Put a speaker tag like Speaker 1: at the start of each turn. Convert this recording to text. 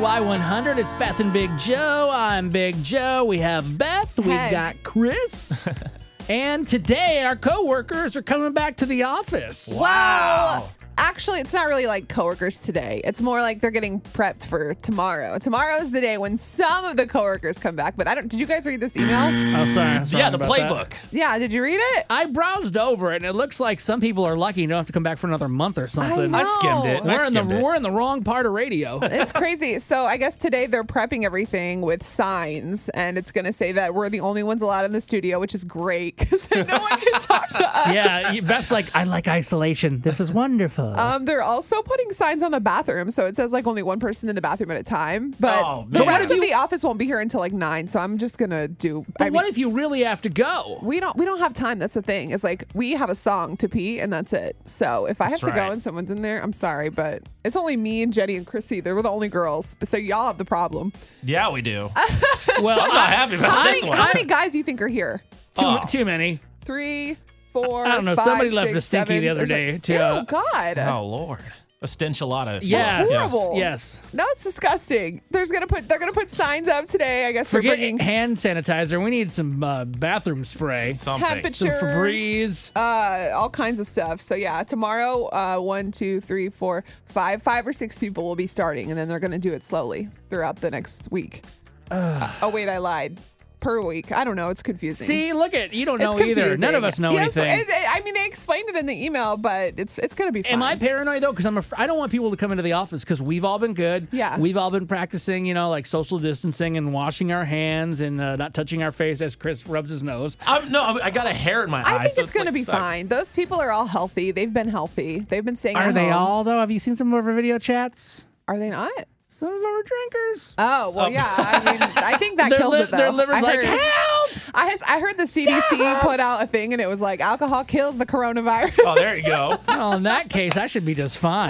Speaker 1: Y100, it's Beth and Big Joe. I'm Big Joe. We have Beth. We've
Speaker 2: Hey.
Speaker 1: got Chris. and today, our coworkers are coming back to the office.
Speaker 2: Well, actually, it's not really like coworkers today. It's more like they're getting prepped for tomorrow. Tomorrow is the day when some of the coworkers come back. But I don't. Did you guys read this email?
Speaker 1: Oh, sorry. I was
Speaker 3: Yeah,
Speaker 1: wrong
Speaker 3: the
Speaker 1: about that.
Speaker 3: playbook.
Speaker 2: Yeah. Did you read it?
Speaker 1: I browsed over it, and it looks like some people are lucky and don't have to come back for another month or something.
Speaker 2: know.
Speaker 3: I skimmed it.
Speaker 1: We're,
Speaker 3: I
Speaker 1: in the,
Speaker 3: skimmed
Speaker 1: we're
Speaker 3: it.
Speaker 1: in the wrong part of radio.
Speaker 2: It's crazy. So I guess today they're prepping everything with signs, and it's going to say that we're the only ones allowed in the studio, which is great because no one can talk to us.
Speaker 1: yeah, you- Beth's like, I like isolation. This is wonderful.
Speaker 2: Um, they're also putting signs on the bathroom, so it says like only one person in the bathroom at a time. But
Speaker 3: Oh,
Speaker 2: the
Speaker 3: man.
Speaker 2: rest of the office won't be here until like nine, so I'm just gonna do.
Speaker 1: but
Speaker 2: I
Speaker 1: what
Speaker 2: mean-
Speaker 1: if you really have to go?
Speaker 2: we don't we don't have time. That's the thing. It's like we have a song to pee and that's it. So if I have
Speaker 3: That's
Speaker 2: to
Speaker 3: right.
Speaker 2: go and someone's in there, I'm sorry, but it's only me and Jenny and Chrissy. They were the only girls. So y'all have the problem.
Speaker 3: Yeah, we do.
Speaker 1: Well,
Speaker 3: I'm not happy about
Speaker 2: How
Speaker 3: this
Speaker 2: many,
Speaker 3: one.
Speaker 2: how many guys do you think are here?
Speaker 1: too,
Speaker 3: Oh.
Speaker 1: too many.
Speaker 2: Three, four.
Speaker 1: I don't know.
Speaker 2: five,
Speaker 1: Somebody left
Speaker 2: six,
Speaker 1: a stinky
Speaker 2: seven.
Speaker 1: the other
Speaker 2: There's like-
Speaker 1: day, uh, too.
Speaker 2: Oh God.
Speaker 3: oh Lord, a stenchalada.
Speaker 1: Yes.
Speaker 2: horrible.
Speaker 1: Yes.
Speaker 2: No, it's disgusting. There's gonna put they're gonna put signs up today. I guess
Speaker 1: Forget
Speaker 2: they're bringing
Speaker 1: hand sanitizer. We need some uh, bathroom spray.
Speaker 3: Something.
Speaker 2: temperatures,
Speaker 1: Some Febreze.
Speaker 2: uh, all kinds of stuff. So yeah, tomorrow, uh, one, two, three, four, five, five or six people will be starting, and then they're gonna do it slowly throughout the next week. oh wait, I lied. Per week, I don't know. It's confusing.
Speaker 1: See, look at you don't
Speaker 2: it's
Speaker 1: know either. None of
Speaker 2: confusing.
Speaker 1: us know
Speaker 2: Yes,
Speaker 1: anything.
Speaker 2: it- it- I mean, they explained it in the email, but it's it's gonna be. Fine.
Speaker 1: Am I paranoid though? Because I'm af- I don't want people to come into the office because we've all been good.
Speaker 2: Yeah.
Speaker 1: we've all been practicing, you know, like social distancing and washing our hands and uh, not touching our face as Chris rubs his nose.
Speaker 3: I'm, no, I'm, I got a hair in my
Speaker 1: Ah,
Speaker 3: eye.
Speaker 2: I think
Speaker 3: so
Speaker 2: it's gonna
Speaker 3: like-
Speaker 2: be
Speaker 3: like-
Speaker 2: fine. Those people are all healthy. They've been healthy. They've been staying.
Speaker 1: Are
Speaker 2: at
Speaker 1: they
Speaker 2: home.
Speaker 1: all though? Have you seen some of our video chats?
Speaker 2: Are they not?
Speaker 1: Some of our drinkers.
Speaker 2: Oh well, yeah. I mean, I think that
Speaker 1: Um, Their
Speaker 2: kills
Speaker 1: li-
Speaker 2: it though.
Speaker 1: their liver's
Speaker 2: I
Speaker 1: like,
Speaker 2: heard-
Speaker 1: "Help!"
Speaker 2: I has, I heard the CDC put out a thing and it was like alcohol kills the coronavirus.
Speaker 3: Oh, there you go.
Speaker 1: well, in that case, I should be just fine.